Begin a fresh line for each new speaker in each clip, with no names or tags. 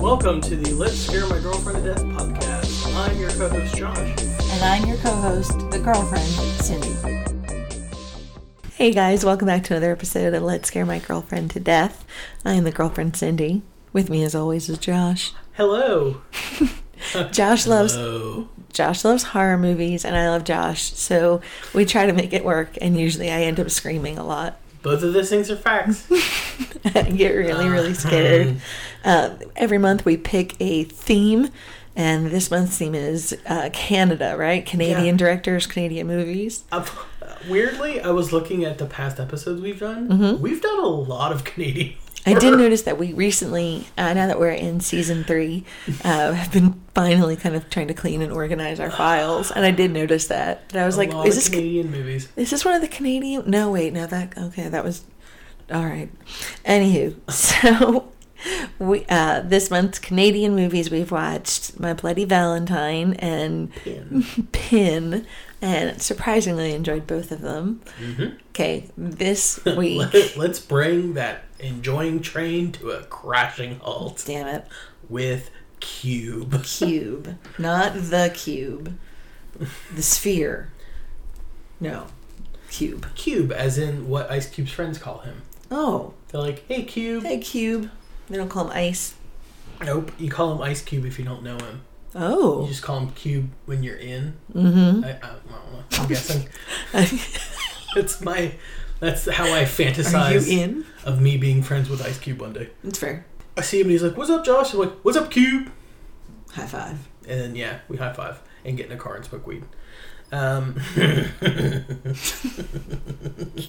Welcome to the Let's Scare My Girlfriend to Death podcast. I'm your co host, Josh.
And I'm your co host, the girlfriend, Cindy. Hey guys, welcome back to another episode of Let's Scare My Girlfriend to Death. I am the girlfriend, Cindy. With me, as always, is Josh.
Hello.
Josh loves
Hello.
Josh loves horror movies, and I love Josh. So we try to make it work, and usually I end up screaming a lot.
Both of those things are facts.
I get really, really scared. Uh, every month we pick a theme, and this month's theme is uh, Canada, right? Canadian
Yeah.
directors, Canadian movies.
I've- weirdly, I was looking at the past episodes we've done. We've done a lot of Canadian.
Mm-hmm. I did
horror.
notice that we recently, uh, now that we're in season three, uh, have been finally kind of trying to clean and organize our files, and I did notice that. But I was
A
like,
lot
is
of
this
Canadian movies?
is this one of the Canadian? No, wait, no, that okay, that was all right. Anywho, so we uh, this month's Canadian movies we've watched My Bloody Valentine and Mm-hmm. Pin, and surprisingly enjoyed both of them. Okay, this week,
Let, let's bring that enjoying train to a crashing halt
damn it.
with Cube.
cube, not the cube, the sphere. No, cube.
Cube, as in what Ice Cube's friends call him.
Oh,
They're like, hey, Cube.
hey, cube. They don't call him ice.
Nope. You call him Ice Cube if you don't know him. You
Oh,
just call him Cube when you're in.
mm-hmm.
I, I, I don't know. I'm guessing that's my. That's how I
Are you
fantasize
in?
of me being friends with Ice Cube one day.
It's fair.
I see him and he's like, "What's up, Josh?" I'm like, "What's up, Cube?"
High five.
And then yeah, we high five and get in a car and smoke weed. Um,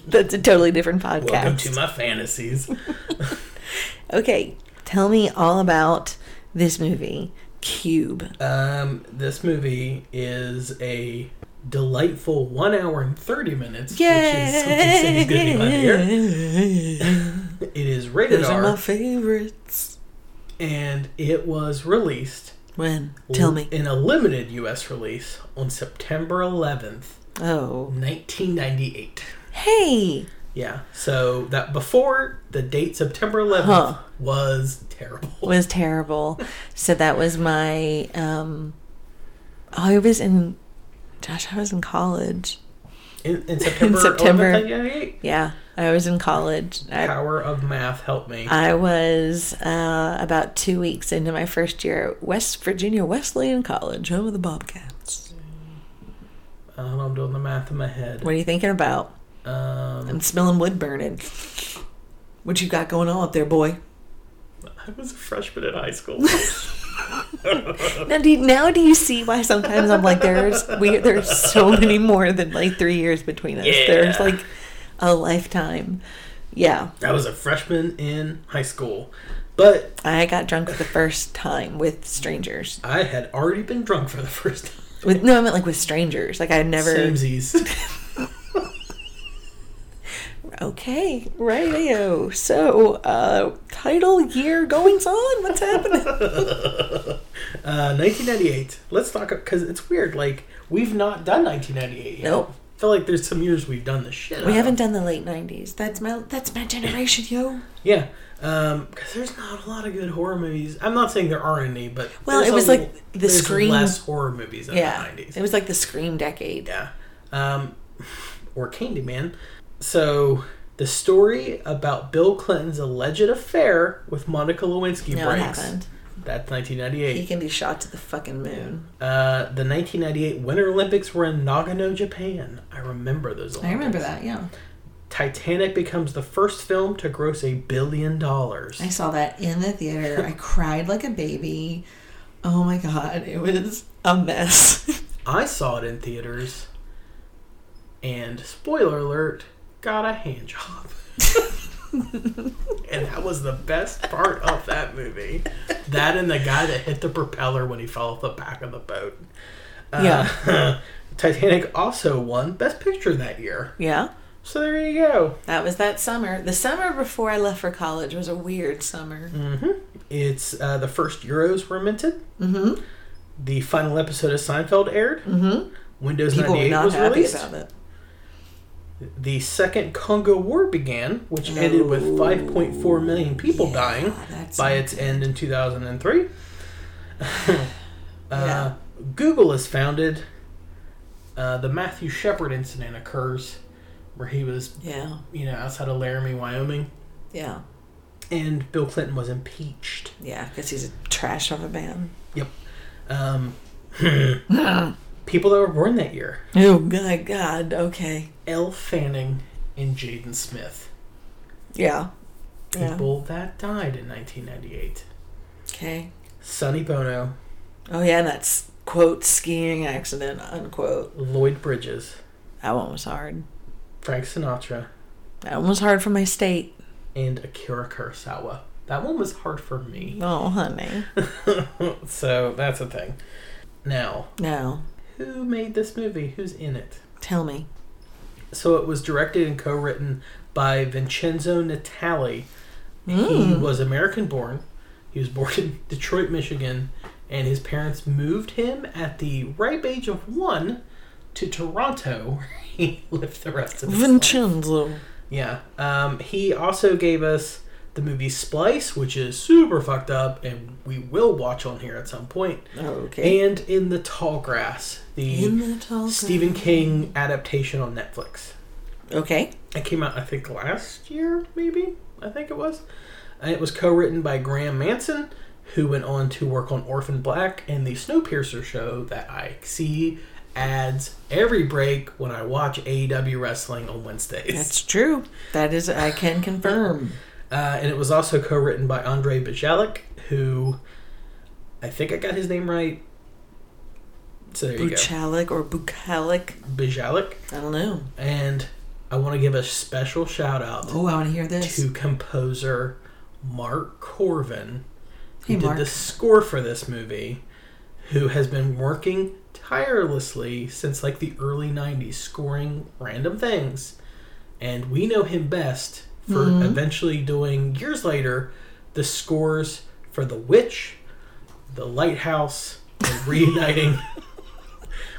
That's a totally different
welcome to
podcast.
my fantasies.
Okay, tell me all about this movie, Cube.
Um, this movie is a delightful one hour and thirty minutes, which is something Cindy's gonna be glad to hear. It is rated
Those
R,
are my favorites.
and it was released.
When? Tell me.
In a limited U.S. release on September 11th,
Oh.
1998.
Hey!
Yeah, so that before the date September 11th
Huh.
was terrible.
was terrible. So that was my. Um, oh, I was in. Gosh, I was in college.
In, in September,
September.
11th, 1998,
Yeah, I was in college. I,
power of math help me.
I was uh, about two weeks into my first year at West Virginia Wesleyan College, home of the Bobcats.
I don't know, I'm doing the math in my head.
What are you thinking about?
Um,
I'm smelling wood burning. What you got going on up there, boy?
I was a freshman in high school.
Now do you, now do you see why sometimes I'm like there's we there's so many more than like three years between us. There's
Yeah.
like a lifetime. Yeah,
I was a freshman in high school, but
I got drunk for the first time with strangers.
I had already been drunk for the first time.
With no, I meant like with strangers. Like I never.
Samesies.
Okay, radio. So, uh, title, year, goings on. What's happening?
Uh, 1998. Let's talk because it's weird. Like we've not done 1998 yet.
Nope.
I feel like there's some years we've done the shit. out
we
of.
haven't done the late '90s. That's my that's my generation, yo.
Yeah. Um, because there's not a lot of good horror movies. I'm not saying there are any, but
Well,
there's
it was
a
like
l-
the
there's
Scream-
less horror movies in
Yeah,
the 90s.
it was like the Scream decade.
yeah. Um, or Candyman. So the story about Bill Clinton's alleged affair with Monica Lewinsky
No, it
breaks.
happened.
That's
He
1998.
can be shot to the fucking moon.
Uh, the 1998 Winter Olympics were in Nagano, Japan. I remember those. Olympics.
I remember that. Yeah,
Titanic becomes the first film to gross a billion dollars.
I saw that in the theater. I cried like a baby. Oh my god, it was a mess.
I saw it in theaters, and spoiler alert, got a hand job. and that was the best part of that movie. That and the guy that hit the propeller when he fell off the back of the boat. Uh, Titanic also won Best Picture that year.
yeah.
So there you go.
That was that summer. The summer before I left for college was a weird summer.
Mm-hmm. It's uh, the first Euros were minted.
Mm-hmm.
The final episode of Seinfeld aired.
Mm-hmm.
Windows
People were
98
not
was
happy
released.
about it. Oh.
The second Congo War began, which ended with 5.4 million people
yeah,
dying
that's
by
not
its end in 2003.
Yeah.
uh, Google is founded. Uh, the Matthew Shepard incident occurs where he was,
Yeah,
you know, outside of Laramie, Wyoming,
yeah,
and Bill Clinton was impeached.
yeah, because he's a trash of a man.
Um, people that were born that year
Oh, my God. Okay.
Elle Fanning and Jaden Smith.
Yeah. Yeah.
People that died in 1998.
Okay.
Sonny Bono,
Oh, yeah, and that's quote skiing accident, unquote.
Lloyd Bridges,
That one was hard.
Frank Sinatra,
That one was hard for my state.
and Akira Kurosawa. That one was hard for me.
Oh, honey.
so that's a thing. Now,
No.
who made this movie? Who's in it?
Tell me.
So it was directed and co-written by Vincenzo Natali. He
Mm.
was American born. He was born in Detroit, Michigan, and his parents moved him at the ripe age of one to Toronto, where he lived the rest of his life.
Vincenzo.
Yeah. Um, he also gave us the movie Splice, which is super fucked up, and we will watch on here at some point.
Okay.
And in the Tall Grass, the
In the tall
Stephen King adaptation on Netflix.
Okay.
It came out, I think, last year, maybe. I think it was. And it was co-written by Graham Manson, who went on to work on Orphan Black and the Snowpiercer show that I see ads every break when I watch AEW wrestling on Wednesdays.
That's true. That is, I can confirm.
Uh, and it was also co-written by Andre Bajalik, who I think I got his name right. So there you go,
Bucalic or bucalic.
Bajalik.
I don't know.
And I want to give a special shout out
Oh, I want to hear this.
to composer Mark Corvin, who
Hey,
did
Mark.
the score for this movie, who has been working tirelessly since like the early 90s, scoring random things. And we know him best for
Mm-hmm.
eventually doing, years later, the scores for The Witch, The Lighthouse, and Reuniting.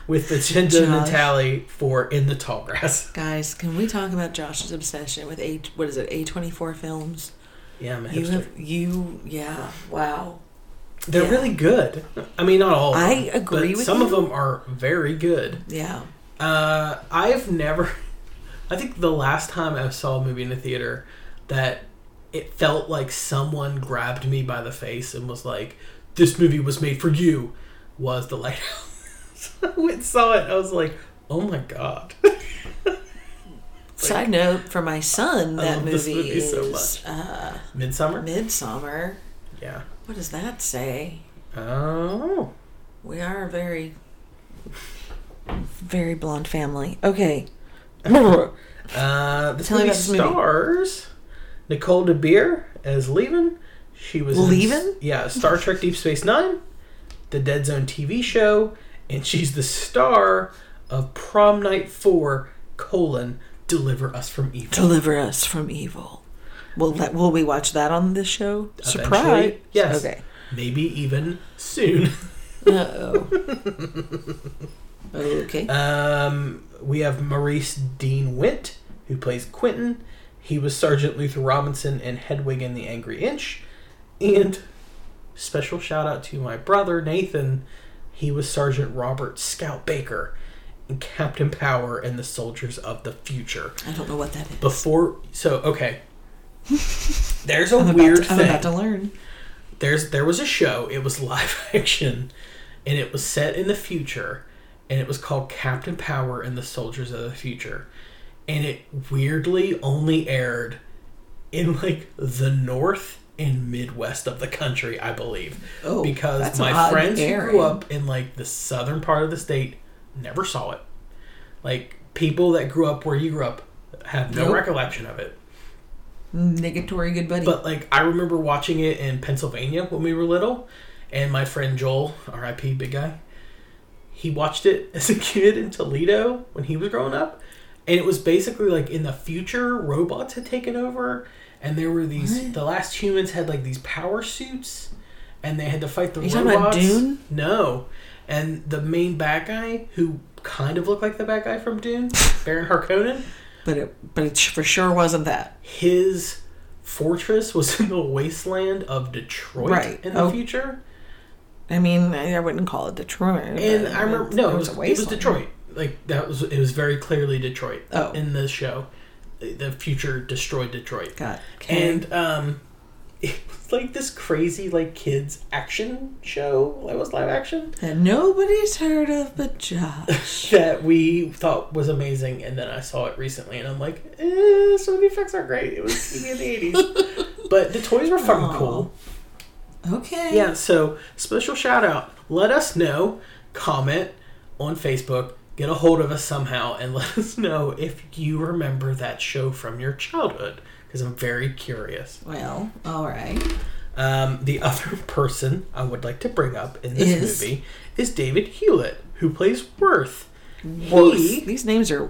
With Vincenzo
Josh.
Natali for In the Tall Grass.
Guys, can we talk about Josh's obsession with a what is it a twenty four films?
Yeah, man.
You have you yeah wow.
They're
Yeah.
really good. I mean, not all. of
I
them,
agree
Oh, but
with
some
you.
of them are very good.
Yeah,
Uh, I've never. I think the last time I saw a movie in a theater, that it felt like someone grabbed me by the face and was like, "This movie was made for you." Was the lighthouse? so I went and saw it. I was like, "Oh my god!"
Side note for my son, that
love
movie,
this movie
is
so
Uh,
Midsummer.
Midsummer.
yeah.
What does that say?
Oh.
We are a very very blonde family. Okay. That's
Uh, this
Tell me
movie
about this movie.
stars Nicole De Beer as Levin. She was in-
Levin?
yeah, Star Trek: Deep Space Nine, the Dead Zone TV show, and she's the star of Prom Night Four: colon, Deliver Us from Evil.
Deliver us from evil. Will that will we watch that on this show?
Eventually,
Surprise.
yes.
Okay.
Maybe even soon.
Uh-oh. okay.
Um, we have Maurice Dean Witt, who plays Quentin. He was Sergeant Luther Robinson in Hedwig and the Angry Inch. And special shout out to my brother Nathan. He was Sergeant Robert Scout Baker and Captain Power and the Soldiers of the Future.
I don't know what that is.
Before, so okay, there's a
I'm about
weird
to- I'm
thing
about to learn.
there's there was a show it was live action and it was set in the future and it was called captain power and the soldiers of the future and it weirdly only aired in like the north and midwest of the country i believe
Oh,
because
that's an
my
odd
friends who
airing.
grew up in like the southern part of the state never saw it like people that grew up where you grew up have no
Nope.
recollection of it
Negatory good buddy.
but like I remember watching it in Pennsylvania when we were little, and my friend Joel, R.I.P. Big Guy, he watched it as a kid in Toledo when he was growing up, and it was basically like in the future robots had taken over, and there were these the last humans had like these power suits, and they had to fight the
you talking
robots.
about Dune?
No, and the main bad guy who kind of looked like the bad guy from Dune, Baron Harkonnen.
but it but it for sure wasn't that.
His fortress was in the wasteland of Detroit
Right.
in the
Oh.
future.
I mean, I, I wouldn't call it Detroit.
And
but
I remember no, it was, it was
wasteland.
Detroit. Like that was it was very clearly Detroit
Oh.
in the show. The future destroyed Detroit.
God. Okay.
and um it was like this crazy like kids action show it was live action
that nobody's heard of but Josh.
that we thought was amazing and then i saw it recently and i'm like eh, some of the effects aren't great it was tv in the 80s but the toys were fucking
Aw.
cool
okay.
yeah so special shout out let us know comment on facebook get a hold of us somehow and let us know if you remember that show from your childhood because i'm very curious
Well, all right.
Um, the other person I would like to bring up in this
Is?
movie is David Hewlett, who plays Worth.
These,
He
these names are.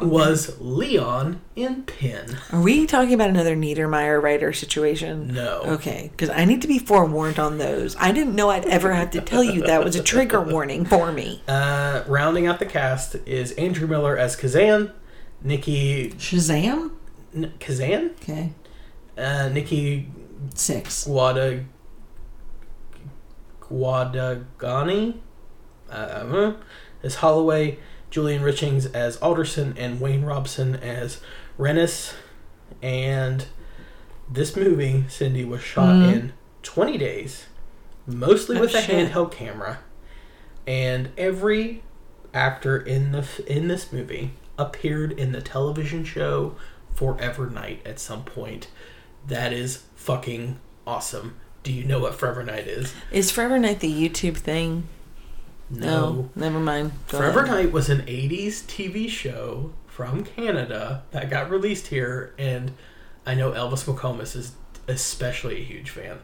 was Leon in Pin.
Are we talking about another Niedermeyer writer situation?
No.
Okay, because I need to be forewarned on those. I didn't know I'd ever have to tell you that was a trigger warning for me.
Uh, rounding out the cast is Andrew Miller as Kazan, Nikki
Shazam?
N- Kazan,
Okay,
uh, Nikki
six.
Guada Guadagani uh, as Holloway, Julian Richings as Alderson, and Wayne Robson as Rennis. And this movie, Cindy, was shot
Mhm.
in 20 days, mostly
Oh,
with a
shit.
handheld camera. And every actor in the f- in this movie appeared in the television show Forever Night at some point. That is fucking awesome. Do you know what Forever Night is?
Is Forever Night the YouTube thing? No, never mind. Go
Forever
ahead.
Night was an 80s TV show from Canada that got released here, and I know Elvis McComas is especially a huge fan.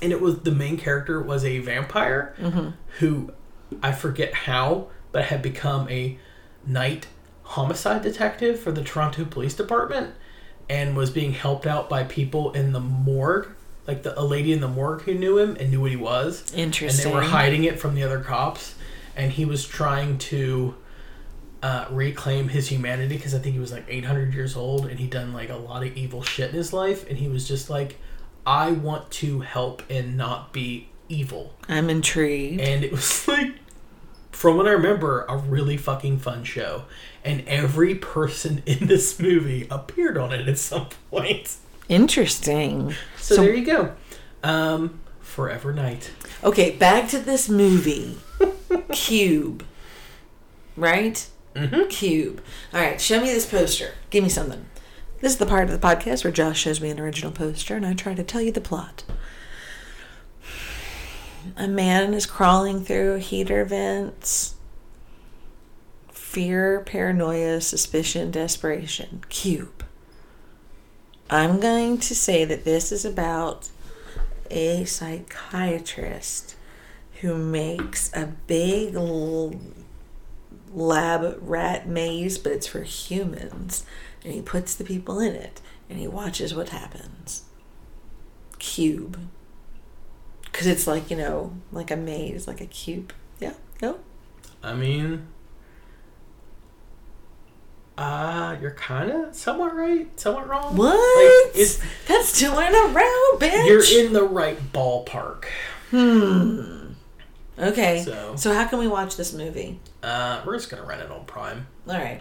And it was the main character was a vampire who I forget how, but had become a night homicide detective for the Toronto Police Department and was being helped out by people in the morgue, like the, a lady in the morgue who knew him and knew what he was and
Interesting.
they were hiding it from the other cops and he was trying to uh, reclaim his humanity because i think he was like 800 years old and he'd done like a lot of evil shit in his life and he was just like i want to help and not be evil
I'm intrigued.
and it was like from what i remember a really fucking fun show and every person in this movie appeared on it at some point
Interesting.
so,
So-
there you go um forever night
Okay, back to this movie. Cube. Right? Mm-hmm. Cube. All right, show me this poster. Give me something. This is the part of the podcast where Josh shows me an original poster and I try to tell you the plot. A man is crawling through heater vents. Fear, paranoia, suspicion, desperation. Cube. I'm going to say that this is about a psychiatrist who makes a big l- lab rat maze, but it's for humans. And he puts the people in it and he watches what happens. Cube. Because it's like, you know, like a maze, like a cube. Yeah, no?
I mean, uh, you're kind of somewhat right, somewhat wrong.
What?
Like, it's,
That's two in a row, bitch!
you're in the right ballpark.
okay.
So-
so, how can we watch this movie?
Uh, we're just gonna rent it on Prime.
All right.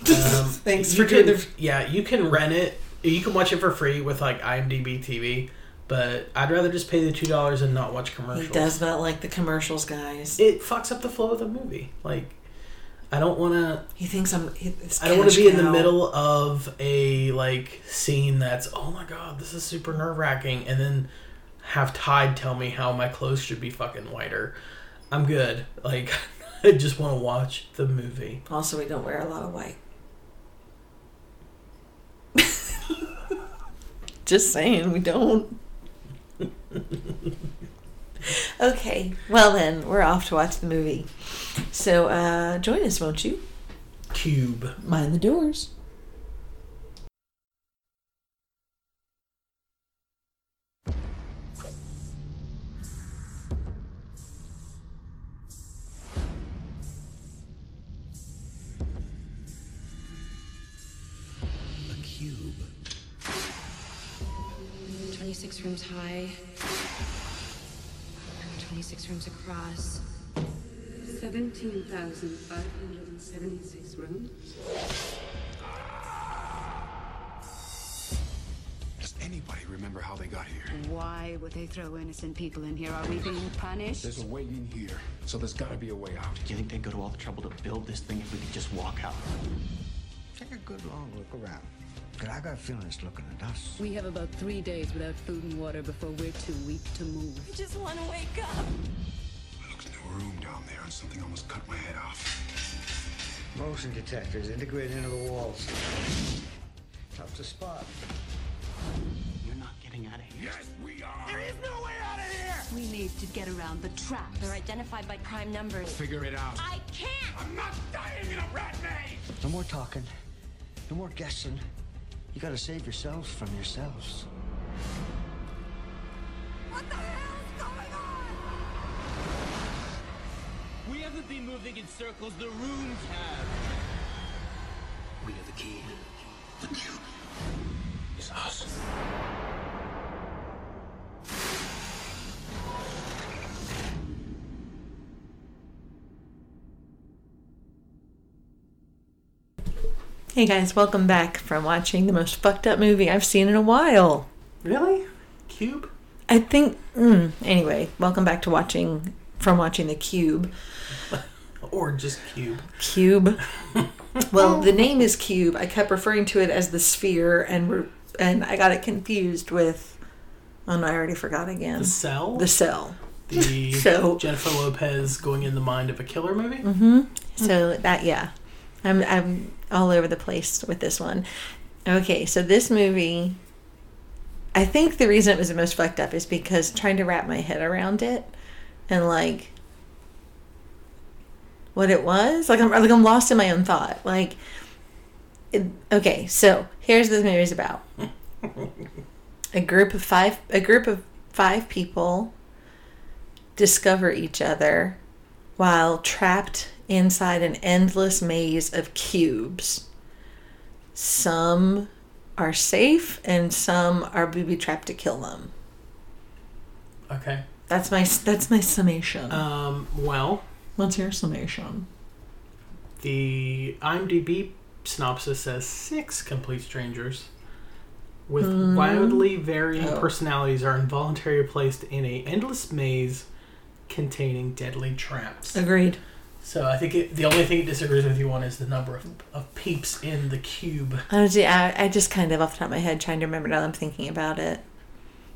Um,
Thanks
you
for doing
can-
the-
Yeah, you can rent it. You can watch it for free with like IMDb TV, but I'd rather just pay the two dollars and not watch
He
commercials.
does not like the commercials, guys.
It fucks up the flow of the movie. Like, I don't want to.
He thinks I'm. He, this
I don't want to
cash
be in the
cow.
middle of a like scene that's oh my god, this is super nerve wracking, and then have Tide tell me how my clothes should be fucking whiter. I'm good. Like I just want to watch the movie.
Also, we don't wear a lot of white. Just saying, we don't. okay, well then, we're off to watch the movie. So uh, join us, won't you?
Cube.
Mind the doors.
tube.
26 rooms high, 26 rooms across.
17,576 rooms.
Does anybody remember how they got here?
Why would they throw innocent people in here? Are we being punished?
There's a way in here, so there's gotta be a way out.
Do you think they'd go to all the trouble to build this thing if we could just walk out?
Take a good long look around. Cause I got feelings looking at us.
We have about three days without food and water before we're too weak to move.
I just want to wake up.
I looked into a room down there and something almost cut my head off.
Motion detectors integrated into the walls. Tough to spot.
You're not getting out of here.
Yes, we are!
We need to get around the traps.
They're identified by prime numbers.
Figure it out.
I can't!
I'm not dying in a rat maze!
No more talking. No more guessing. You gotta save yourselves from yourselves.
We haven't been moving in circles, the rooms have.
We have the key.
It's us.
Hey guys, welcome back from watching the most fucked up movie I've seen in a while.
Really? Cube?
I think. Mm, anyway, welcome back to watching from watching the Cube.
Or just Cube?
Cube. well, the name is Cube. I kept referring to it as the Sphere, and re- and I got it confused with. Oh no, I already forgot again.
The Cell?
The Cell.
The
So-
Jennifer Lopez going in the mind of a killer movie?
Mm-hmm. So that yeah, I'm I'm all over the place with this one. Okay, so this movie, I think the reason it was the most fucked up is because trying to wrap my head around it, and like what it was, like I'm like I'm lost in my own thought. Like, it, okay, so here's what this movie is about: a group of five, a group of five people discover each other while trapped inside an endless maze of cubes. Some are safe and some are booby trapped to kill them.
Okay.
That's my that's my summation.
Um, well,
What's your summation?
the IMDb synopsis says six complete strangers with
Hmm.
wildly varying
Oh.
personalities are involuntarily placed in a endless maze containing deadly traps.
Agreed.
So I think it, the only thing it disagrees with you on is the number of, of peeps in the cube.
I, was, I, I just kind of off the top of my head trying to remember now that I'm thinking about it.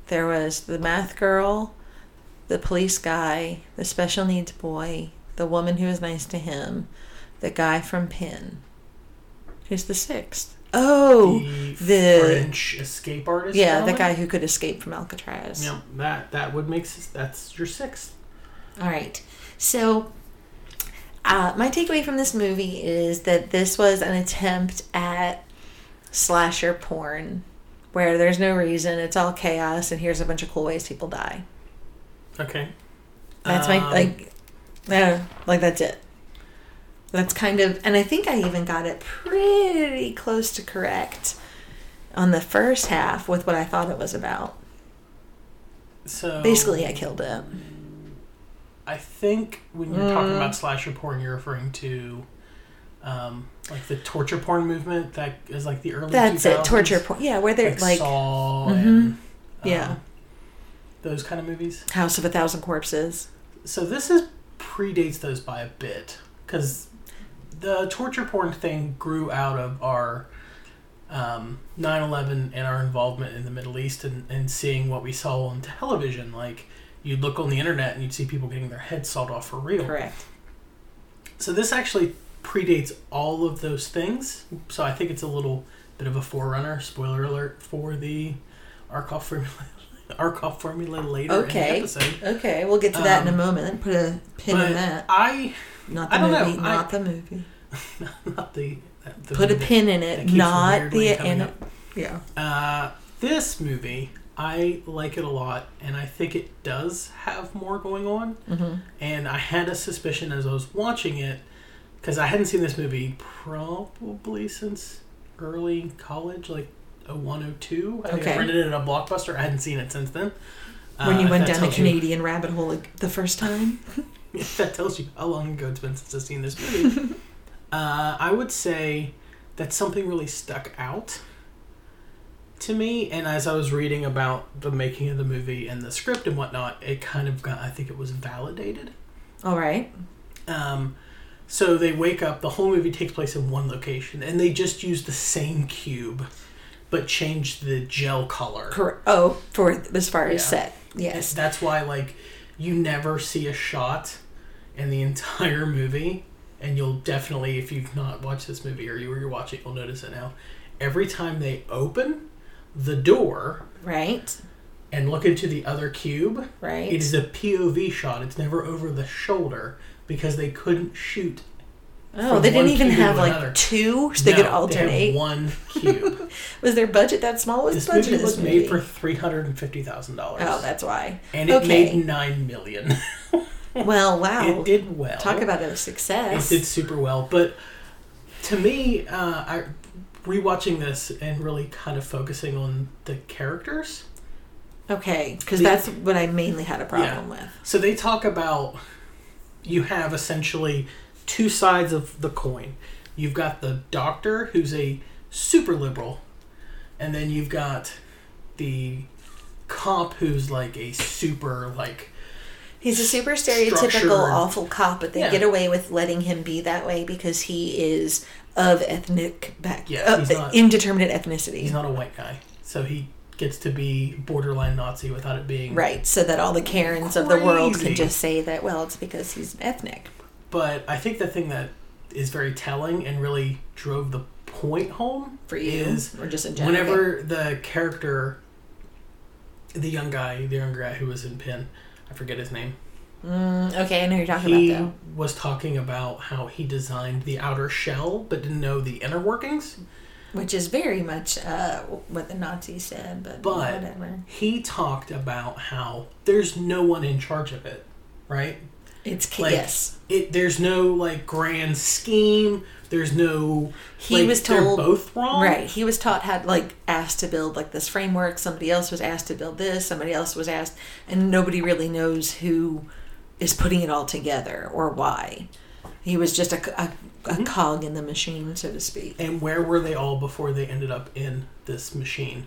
There was the math girl, the police guy, the special needs boy, the woman who was nice to him, the guy from Penn. Who's the sixth? Oh,
the,
the-
French escape artist.
Yeah, the
gentleman?
guy who could escape from Alcatraz.
Yeah, that that would make sense. That's your sixth.
All right. So, uh, my takeaway from this movie is that this was an attempt at slasher porn, where there's no reason, it's all chaos, and here's a bunch of cool ways people die.
Okay.
That's my
Um,
like, yeah, like that's it. That's kind of, and I think I even got it pretty close to correct on the first half with what I thought it was about.
So
Basically, I killed it.
I think when you're talking about slasher porn, you're referring to um, like the torture porn movement that is like the early.
That's it.
2000s,
Torture porn. Yeah, where they're
Like,
like,
Saw and um,
yeah.
those kind of movies.
House of a Thousand Corpses.
So this is predates those by a bit because the torture porn thing grew out of our um, 9/11 and our involvement in the Middle East and, and seeing what we saw on television. Like you'd look on the internet and you'd see people getting their heads sawed off for real.
Correct.
So this actually predates all of those things. So I think it's a little bit of a forerunner. Spoiler alert for the Arkoff formula. Arkoff formula later in the
Okay.
episode.
Okay, we'll get to that in a
Um,
moment. Put a pin
But
in that.
I
Not
I
the
don't know,
movie.
I-
Not the movie.
not the, the
Put a
movie.
pin in
that
it.
keeps
Not
weirdly
the
coming
in
up.
Yeah.
Uh, this movie, I like it a lot, and I think it does have more going on.
Mm-hmm.
And I had a suspicion as I was watching it, because I hadn't seen this movie probably since early college, like 0102. I think I
Okay.
rented it in a blockbuster. I hadn't seen it since then.
when
Uh,
you
if
went
that
down the
tells you-
Canadian rabbit hole like, the first time.
if that tells you how long ago it's been since I've seen this movie, uh, I would say that something really stuck out to me. And as I was reading about the making of the movie and the script and whatnot, it kind of got, I think it was validated.
All right.
Um, so they wake up, the whole movie takes place in one location, and they just use the same cube but change the gel color.
Cor- oh, for as far as
Yeah.
set.
Yes,
Yes.
that's why like you never see a shot in the entire movie, and you'll definitely if you've not watched this movie or you were watching, you'll notice it now. Every time they open the door
Right.
and look into the other cube,
Right.
it is a POV shot. It's never over the shoulder because they couldn't shoot.
Oh,
from
they didn't
one
even
cube to
have like
another.
two, so they
No,
could
had
alternate.
one cube.
was their budget that small? Was
this
the budget
movie
of this
was
movie?
made for three hundred and fifty thousand dollars.
Oh, that's why.
and it made nine million.
well, wow.
it did well.
Talk about a
It
success.
did super well, but to me, uh, I rewatching this and really kind of focusing on the characters.
okay, because
The-
that's what I mainly had a problem with.
So they talk about you have essentially two sides of the coin. You've got the doctor who's a super liberal, and then you've got the cop who's like a super like
He's a super
Structured.
stereotypical awful cop, but they
Yeah.
get away with letting him be that way because he is of ethnic back,
Yeah,
uh,
he's not-
indeterminate ethnicity.
he's not a white guy, so he gets to be borderline Nazi without it being
Right, so that all the Karens of the world can
Crazy.
just say that, well, it's because he's ethnic.
But I think the thing that is very telling and really drove the point home
For you,
is
or just in general.
whenever the character, the young guy, the younger guy who was in Pin, I forget his name,
Okay, I know who you're talking
he
about,
was talking about how he designed the outer shell but didn't know the inner workings.
though. Which is very much uh, what the Nazis said, but,
But
whatever.
he talked about how there's no one in charge of it, right?
It's ca-
Like,
yes.
It there's no like grand scheme. There's no.
He
like,
was
they're
told-
both wrong,
Right. He was taught had like asked to build like this framework. Somebody else was asked to build this. Somebody else was asked, and nobody really knows who is putting it all together or why. He was just a, c- a- a
Mm-hmm.
cog in the machine, so to speak.
And where were they all before they ended up in this machine?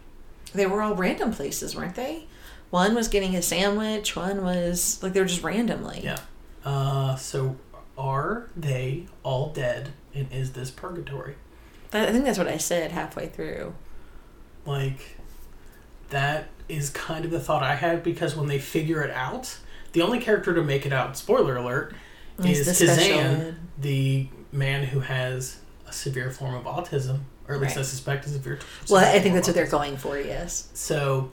They were all random places, weren't they? One was getting a sandwich. One was like they were just randomly.
Yeah. Uh, so are they all dead? And is this purgatory?
That, I think that's what I said halfway through.
Like, that is kind of the thought I had because when they figure it out, the only character to make it out, spoiler alert,
He's
is
the special
Kazan,
ed.
the man who has a severe form of autism, or at least I
Right.
suspect a severe.
Well, I
severe
think
form
that's
of
what they're
autism.
going for. Yes.
So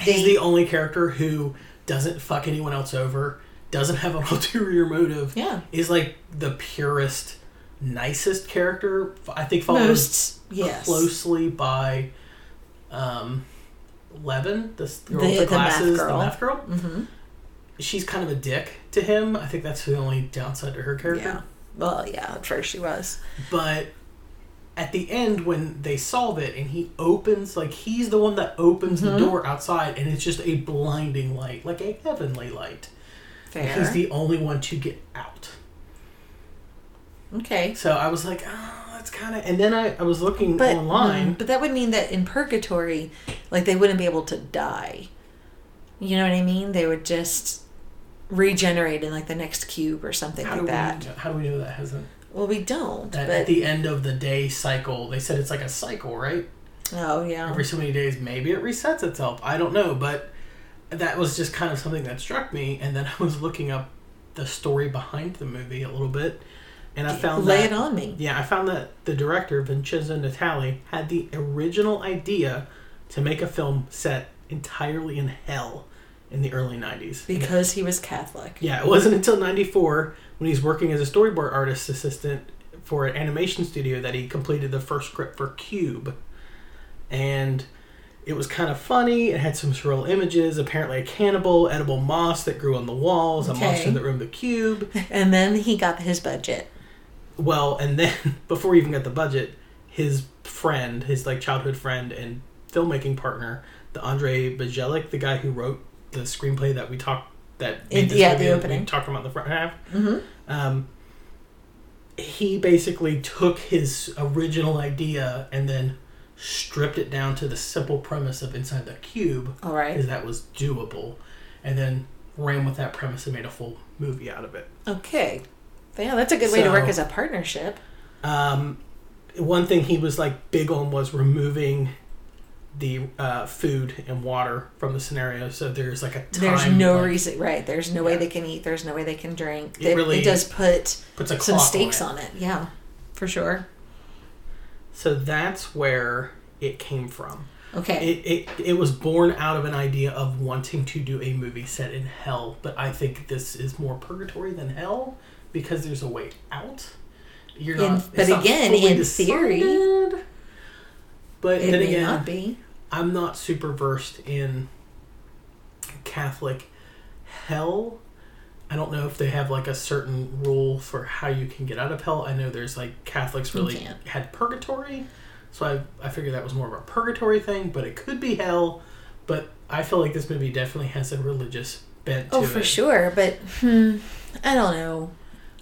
he's
They-
the only character who doesn't fuck anyone else over, doesn't have an ulterior motive.
Yeah.
Is like the purest, nicest character. I think followed
Most. Yes.
closely by um Levin, this girl
The-
with
the
the
math
glasses,
girl.
the math girl. Mm-hmm. She's kind of a dick to him. I think that's the only downside to her character.
Yeah. Well, yeah. At first she was.
But at the end, when they solve it and he opens, like he's the one that opens the
Mm-hmm.
door outside, and it's just a blinding light, like a heavenly light.
Fair.
He's the only one to get out.
okay.
So I was like, oh, that's kind of. And then I, I was looking
But mm,
online.
But that would mean that in purgatory, like they wouldn't be able to die. You know what I mean? They would just regenerate in like the next cube or something
How do,
like
we
that.
know, how do we know that hasn't?
Well, we don't.
That
but
at the end of the day cycle, they said it's like a cycle, right?
oh yeah.
Every so many days, maybe it resets itself. I don't know, but that was just kind of something that struck me. And then I was looking up the story behind the movie a little bit, and I found
Lay
that,
it on me.
Yeah, I found that the director Vincenzo Natali had the original idea to make a film set entirely in hell in the early '90s.
Because he was Catholic.
Yeah, it wasn't until 94 when he's working as a storyboard artist assistant for an animation studio that he completed the first script for Cube. And it was kind of funny. It had some surreal images. Apparently, a cannibal, edible moss that grew on the walls, a monster
Okay.
that roamed the cube.
And then he got his budget.
Well, and then before he even got the budget, his friend, his like childhood friend and filmmaking partner, the Andre Bajelic, the guy who wrote the screenplay that we talked that made
It-
this
yeah,
movie
the
that we
opening.
talked about in the front half. Um, he basically took his original idea and then stripped it down to the simple premise of inside the cube
All right.
because that was doable, and then ran with that premise and made a full movie out of it.
Okay. Yeah, that's a good way to work
So-
as a partnership.
Um, one thing he was like big on was removing the uh, food and water from the scenario, so there's like a time
There's no
like,
reason, right? There's no
Yeah.
way they can eat. There's no way they can drink.
It
It, it
really
does put
puts a
some
clock
stakes
on it.
on it. Yeah, for sure.
So that's where it came from.
Okay.
It, it it was born out of an idea of wanting to do a movie set in hell, but I think this is more purgatory than hell because there's a way out. You're
In-
not,
but
it's not
again,
fully
in theory,
decided. But
it
then
may
again,
not be.
I'm not super versed in Catholic hell. I don't know if they have like a certain rule for how you can get out of hell. I know there's like Catholics
You
really
can't.
had purgatory, so I I figured that was more of a purgatory thing, but it could be hell. But I feel like this movie definitely has a religious bent.
Oh,
to
for
it.
sure. But hmm, I don't know.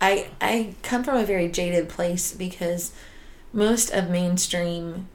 I I come from a very jaded place because most of mainstream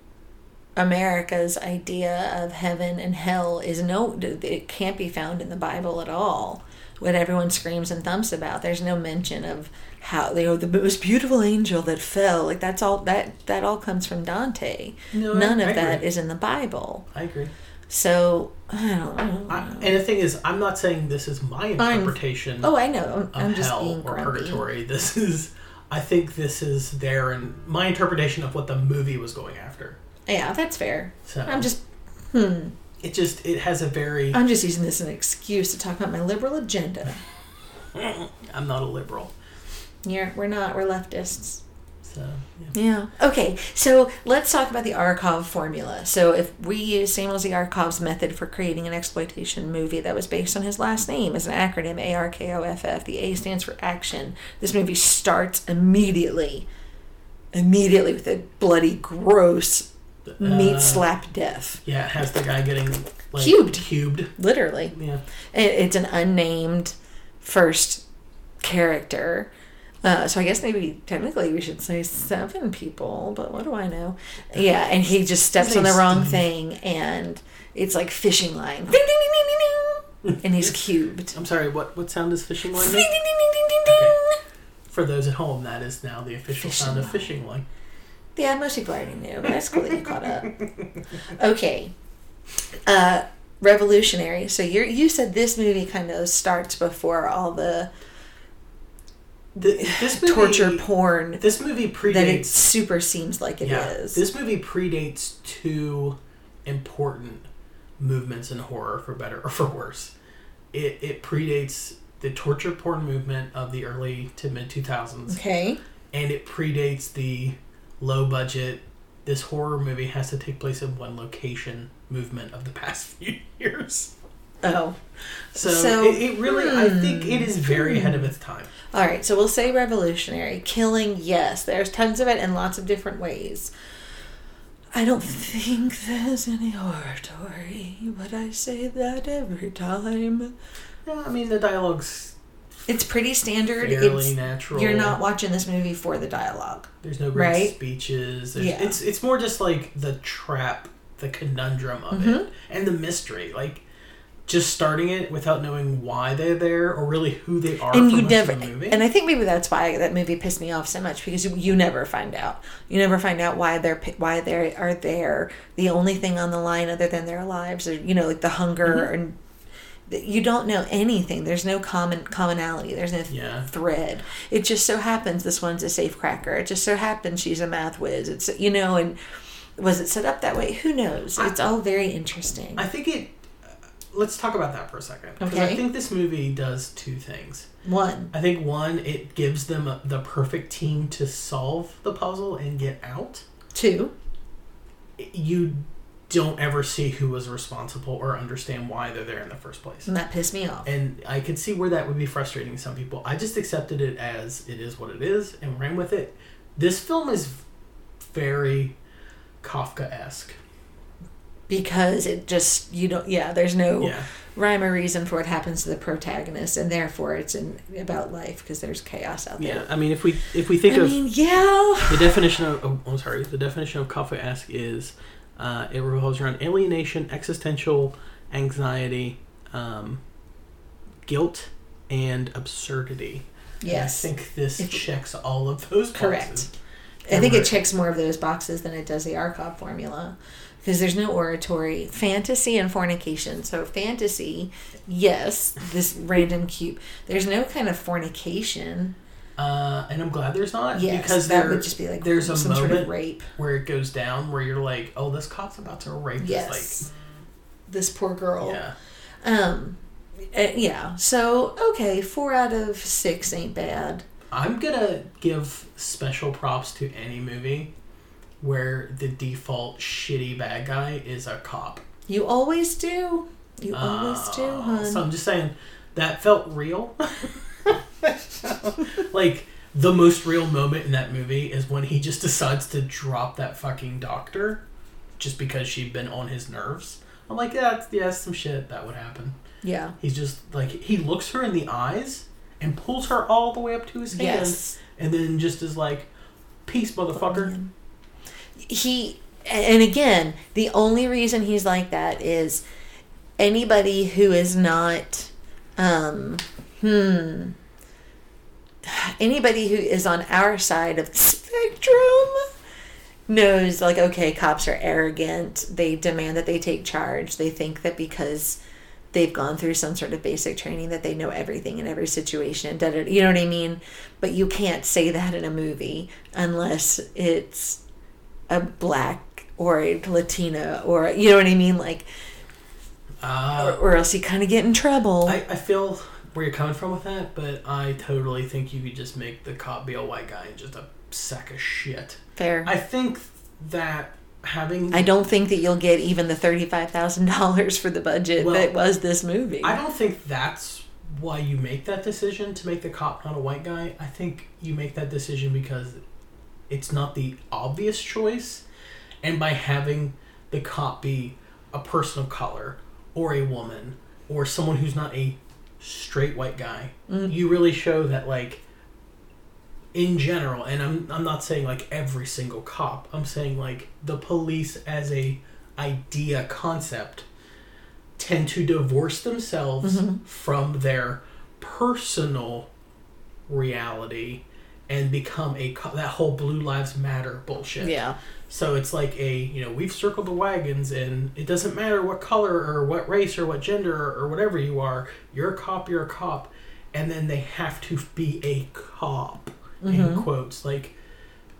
America's idea of heaven and hell is no, it can't be found in the Bible at all. What everyone screams and thumps about. There's no mention of how you know the most beautiful angel that fell. Like that's all that that all comes from Dante.
No, Oh, I-
None
I
of that
agree.
is in the Bible.
I agree.
So I don't, I don't
I,
know.
and the thing is, I'm not saying this is my interpretation.
Oh, I know. I'm,
of
I'm just
hell
being
or
grumpy.
purgatory. This is, I think, this is there and my interpretation of what the movie was going after.
Yeah, that's fair.
So
I'm just hmm,
it just it has a very
I'm just using this as an excuse to talk about my liberal agenda.
I'm not a liberal.
Yeah, we're not. We're leftists.
So yeah.
Yeah. Okay, so let's talk about the Arkov formula. So if we use Samuel Z. Arkov's method for creating an exploitation movie that was based on his last name as an acronym A R K O F F, the A stands for action. This movie starts immediately, immediately with a bloody, gross meat slap death.
uh, yeah, it has the guy getting like
Cubed.
Cubed.
Literally.
Yeah.
It, it's an unnamed first character. Uh, so I guess maybe technically we should say seven people, but what do I know? Yeah, and he just steps on the wrong thing, and it's like fishing line, ding ding ding ding ding, ding. and he's cubed.
I'm sorry. What what sound is fishing line?
Ding
make?
ding ding ding ding ding.
Okay. For those at home, that is now the official sound of fishing line.
Yeah, most people already knew, but that's cool that you caught up. Okay. Uh, revolutionary. So you you said this movie kind of starts before all the
Th- this movie,
torture porn
This movie predates
that it super seems like it is.
yeah, This movie predates two important movements in horror, for better or for worse. It, it predates the torture porn movement of the early to mid 2000s,
okay.
and it predates the low budget, this horror movie has to take place in one location movement of the past few years.
Oh.
So,
So- hmm.
it, it really, I think it is very ahead of its time.
All right, so we'll say revolutionary. Killing, yes. There's tons of it in lots of different ways. I don't think there's any oratory, but I say that every time.
Yeah, I mean, the dialogue's
It's pretty standard.
fairly
it's,
natural.
You're not watching this movie for the dialogue.
There's no great
Right?
speeches. There's,
Yeah.
It's it's more just like the trap, the conundrum of
Mm-hmm.
it, and the mystery. Like just starting it without knowing why they're there or really who they are.
and
for
you
most of
never
the movie.
and i think maybe that's why that movie pissed me off so much because you, you never find out you never find out why they're pi- why they are there the only thing on the line other than their lives or you know like the hunger
Mm-hmm.
and th- you don't know anything there's no common commonality there's no th-
Yeah.
thread it just so happens this one's a safe cracker it just so happens she's a math whiz it's you know and was it set up that way who knows it's all very interesting
I think it. uh, Let's talk about that for a second because I
Okay.
think this movie does two things.
one
I think one, it gives them a, the perfect team to solve the puzzle and get out.
two
You don't ever see who was responsible or understand why they're there in the first place.
and that pissed me off
And I could see where that would be frustrating to some people. I just accepted it as it is what it is and ran with it. This film is very Kafka esque.
because it just you don't yeah there's no
Yeah.
rhyme or reason for what happens to the protagonist and therefore it's in, about life because there's chaos out
Yeah.
there
I mean, if we if we think
i
of
mean yeah
the definition of oh, I'm sorry, the definition of Kafkaesque is uh, it revolves around alienation, existential anxiety, um, guilt, and absurdity.
yes
I think this
If-
checks all of those.
Correct.
boxes.
I think
Right.
it checks more of those boxes than it does the Arcov formula because there's no oratory, fantasy, and fornication. So, fantasy, yes, this random cube. There's no kind of fornication.
Uh, and I'm glad there's not
Yes,
because
that
there,
would just be like
there's a
some
moment
sort of rape.
where it goes down where you're like, oh, this cop's about to rape. this,
Yes. this poor girl.
Like, yeah.
Um, uh, yeah. So, okay, four out of six ain't bad.
I'm gonna give special props to any movie where the default shitty bad guy is a cop.
You always do. You always do,
Uh,
hun.
So I'm just saying that felt real. like the most real moment in that movie is when he just decides to drop that fucking doctor just because she'd been on his nerves. I'm like, yeah, that's, yeah, that's some shit that would happen.
yeah.
He's just like he looks her in the eyes and pulls her all the way up to his hand
Yes.
and then just is like, "Peace, motherfucker."
he and again the only reason he's like that is anybody who is not um hmm anybody who is on our side of the spectrum knows like okay cops are arrogant they demand that they take charge they think that because they've gone through some sort of basic training that they know everything in every situation da, da, da, you know what i mean but you can't say that in a movie unless it's a black or a Latina or you know what I mean, like, or,
Uh,
or else you kind of get in trouble.
I I feel where you're coming from with that, but I totally think you could just make the cop be a white guy and just a sack of shit.
Fair.
I think that having
I don't think that you'll get even the thirty-five thousand dollars for the budget
Well,
that was this movie.
I don't think that's why you make that decision to make the cop not a white guy. I think you make that decision because it's not the obvious choice. And by having the cop be a person of color or a woman or someone who's not a straight white guy, you really show that, like, in general, and I'm, I'm not saying like every single cop, I'm saying like the police as a idea concept tend to divorce themselves
Mm-hmm.
from their personal reality and become a co- that whole blue lives matter bullshit.
Yeah.
So it's like a, you know, we've circled the wagons and it doesn't matter what color or what race or what gender or, or whatever you are, you're a cop, you're a cop. And then they have to be a cop,
Mm-hmm.
in quotes. Like,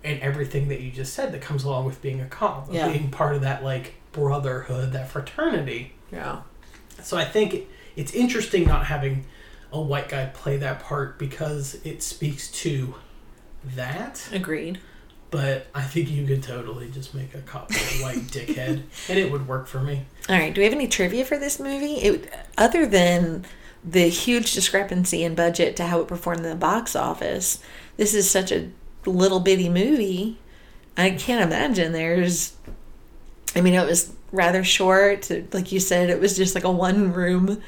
and everything that you just said that comes along with being a cop, of
Yeah.
being part of that, like, brotherhood, that fraternity.
yeah.
So I think it- it's interesting not having a white guy play that part because it speaks to that.
Agreed.
But I think you could totally just make a cop a white dickhead, and it would work for me.
All right. Do we have any trivia for this movie? It, other than the huge discrepancy in budget to how it performed in the box office, this is such a little bitty movie. I can't imagine there's. I mean, it was rather short. Like you said, it was just like a one room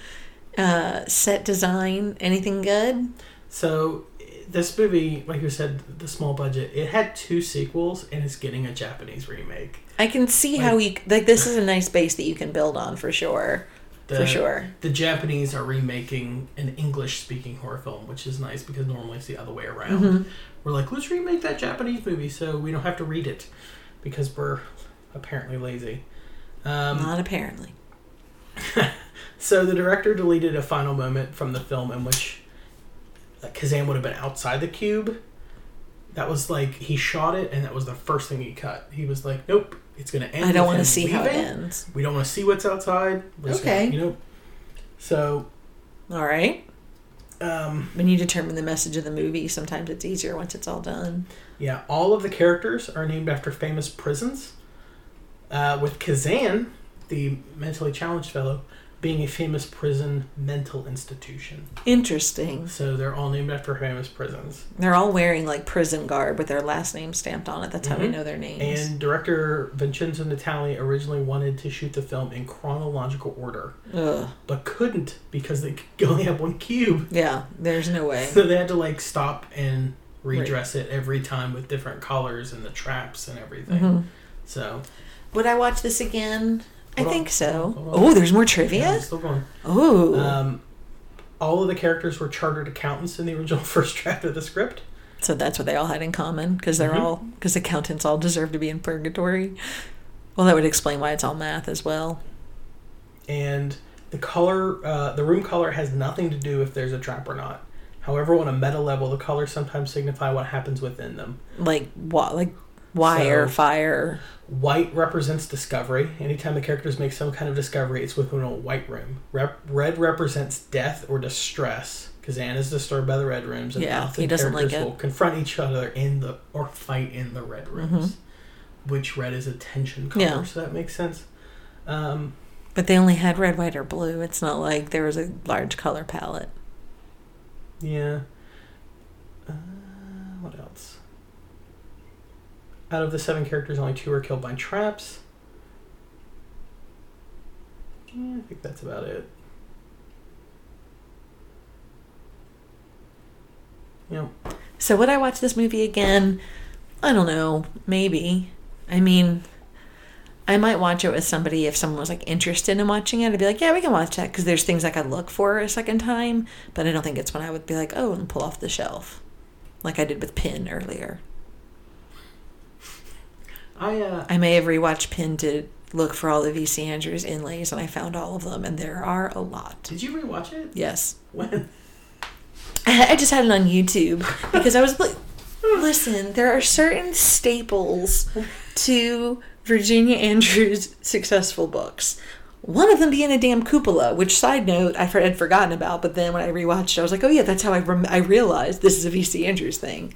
uh, set design. Anything good?
So i- this movie, like you said, the small budget. It had two sequels, and it's getting a Japanese remake.
I can see how you like. This is a nice base that you can build on for sure.
The,
For sure.
The Japanese are remaking an English-speaking horror film, which is nice because normally it's the other way around.
um,
We're like, let's remake that Japanese movie so we don't have to read it because we're apparently lazy. Um,
Not apparently.
So the director deleted a final moment from the film in which Kazan would have been outside the cube. That was like he shot it, and that was the first thing he cut. He was like, "Nope, it's gonna end."
I don't
with
want
him
to see how it
leaving.
ends.
We don't want to see what's outside. We're just gonna-
Okay.
you know. So
All right.
um,
when you determine the message of the movie, sometimes it's easier once it's all done.
Yeah, all of the characters are named after famous prisons. Uh, with Kazan, the mentally challenged fellow, being a famous prison mental institution.
Interesting.
So they're all named after famous prisons.
They're all wearing like prison garb with their last name stamped on it. That's how we
Mhm.
know their names.
And director Vincenzo Natali originally wanted to shoot the film in chronological order,
Ugh.
but couldn't because they could only have one cube.
Yeah, there's no way.
So they had to like stop and redress it every time with different colors and the traps and everything.
Mm-hmm.
So
Would I watch this again? I
Hold on.
think so.
Hold on.
Oh, there's more
yeah,
trivia?
I'm still going.
Oh.
Um, all of the characters were chartered accountants in the original first draft of the script.
so that's what they all had in common because they're
Mm-hmm.
all because accountants all deserve to be in purgatory. Well, that would explain why it's all math as well.
and the color, uh, the room color has nothing to do if there's a trap or not. However, on a meta level, the colors sometimes signify what happens within them.
Like what? Like wire,
So-
fire.
White represents discovery. Anytime the characters make some kind of discovery, it's within a white room. Rep- red represents death or distress, because Anna's disturbed by the red rooms, and
Yeah,
often
he doesn't
characters
like it.
will confront each other in the or fight in the red rooms. Which red is a tension color,
Mm-hmm. Yeah.
so that makes sense. Um,
But they only had red, white, or blue. It's not like there was a large color palette.
Yeah. Uh, what else? Out of the seven characters, only two are killed by traps. Yeah, I think that's about it. Yep.
So would I watch this movie again? I don't know. Maybe. I mean, I might watch it with somebody if someone was like interested in watching it. I'd be like, yeah, we can watch that because there's things I could look for a second time. But I don't think it's when I would be like, oh, and pull off the shelf, like I did with Pin earlier.
I uh,
I may have rewatched Pin to look for all the VC Andrews inlays, and I found all of them, and there are a lot.
did you rewatch it?
Yes.
When?
I just had it on YouTube because I was like, listen, there are certain staples to Virginia Andrews' successful books. One of them being a damn cupola, which side note I had forgotten about, but then when I rewatched, it, I was like, oh yeah, that's how I rem- I realized this is a VC Andrews thing.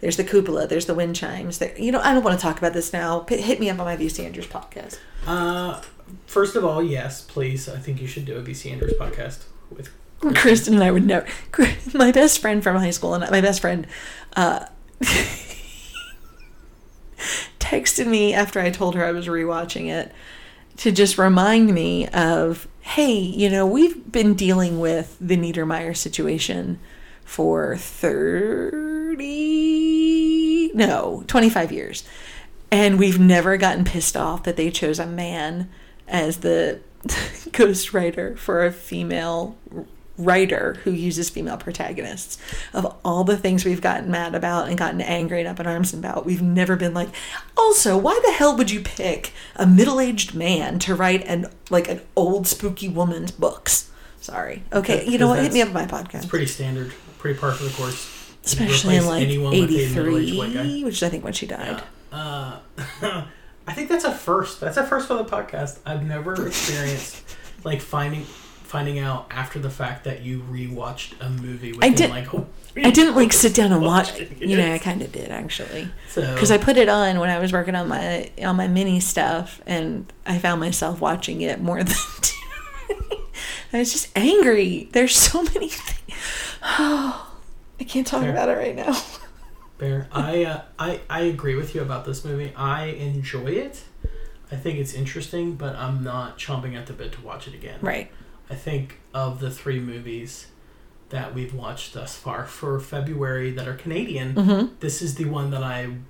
There's the cupola, there's the wind chimes. There, you know, I don't want to talk about this now. P- hit me up on my VC Andrews podcast.
Uh, first of all, yes, please. I think you should do a VC Andrews podcast with.
Kristen and I would never. My best friend from high school and my best friend uh, texted me after I told her I was rewatching it to just remind me of, hey, you know, we've been dealing with the Niedermeyer situation for 30, no, 25 years. And we've never gotten pissed off that they chose a man as the ghostwriter for a female writer who uses female protagonists. Of all the things we've gotten mad about and gotten angry and up in arms about, we've never been like, also, why the hell would you pick a middle-aged man to write an like an old spooky woman's books? Sorry. Okay,
That-
you know what?
that's-
Hit me up on my podcast.
It's pretty standard, pretty par for the course.
Especially in
Replace
like
anyone with a middle-aged white guy.
83, which is I think when she died.
Uh, I think that's a first. That's a first for the podcast. I've never experienced like finding finding out after the fact that you rewatched a movie. Within,
did-
Like, oh,
I didn't like sit down and watch.
Watching
You know,
it.
I kind of did actually.
so
because I put it on when I was working on my on my mini stuff, and I found myself watching it more than. I was just angry. There's so many things. Oh, I can't talk
Fair.
about it right now.
Bear, I, uh, I I agree with you about this movie. I enjoy it. I think it's interesting, but I'm not chomping at the bit to watch it again.
Right.
I think of the three movies that we've watched thus far for February that are Canadian,
Mm. Mm-hmm,
this is the one that I, and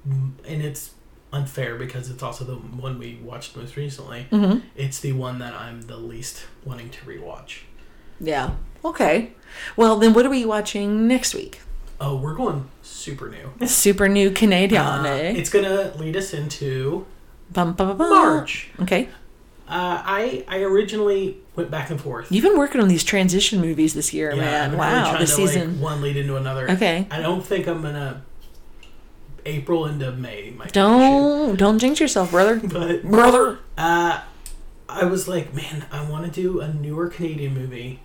it's unfair because it's also the one we watched most recently.
mm-hmm.
It's the one that I'm the least wanting to rewatch.
Yeah. Okay. Well, then what are we watching next week?
Oh, we're going super new. Uh,
Super new Canadian. eh?
It's gonna lead us into
bum, bum, bum, bum.
March.
Okay.
Uh, I I originally went back and forth.
You've been working on these transition movies this year,
I've
man.
been really
Wow.
trying
This
to, like,
season.
one lead into another.
Okay.
I don't think I'm gonna. April into May. Might be an issue.
don't don't jinx yourself, brother.
But
brother.
uh, I was like, man, I want to do a newer Canadian movie,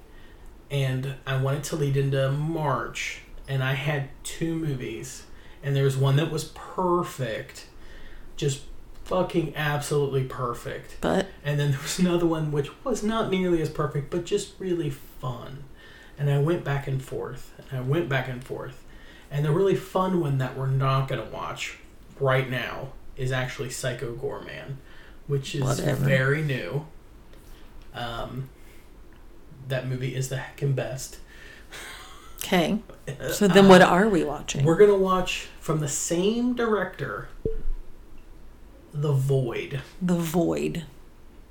and I wanted to lead into March, and I had two movies, and there was one that was perfect, just fucking absolutely perfect.
But
And then there was another one which was not nearly as perfect, but just really fun. And I went back and forth, and I went back and forth. And the really fun one that we're not going to watch right now is actually Psycho Gorman, which is
Whatever.
very new. Um, that movie is the heckin' best.
okay. So then, what are we watching?
Uh, We're going to watch from the same director The Void.
the Void.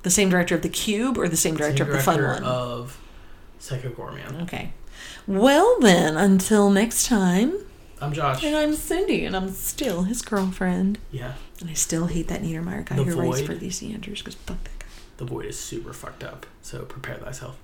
The same director of The Cube or the same director,
Same
of the fun
director
one?
of Psycho Gorman.
okay. Well, then, until next time.
I'm Josh.
And I'm Cindy, and I'm still his girlfriend.
Yeah.
And I still hate that Niedermeyer guy
The
who writes
Void.
for DC Andrews because fuck that guy.
The void is super fucked up, so prepare thyself.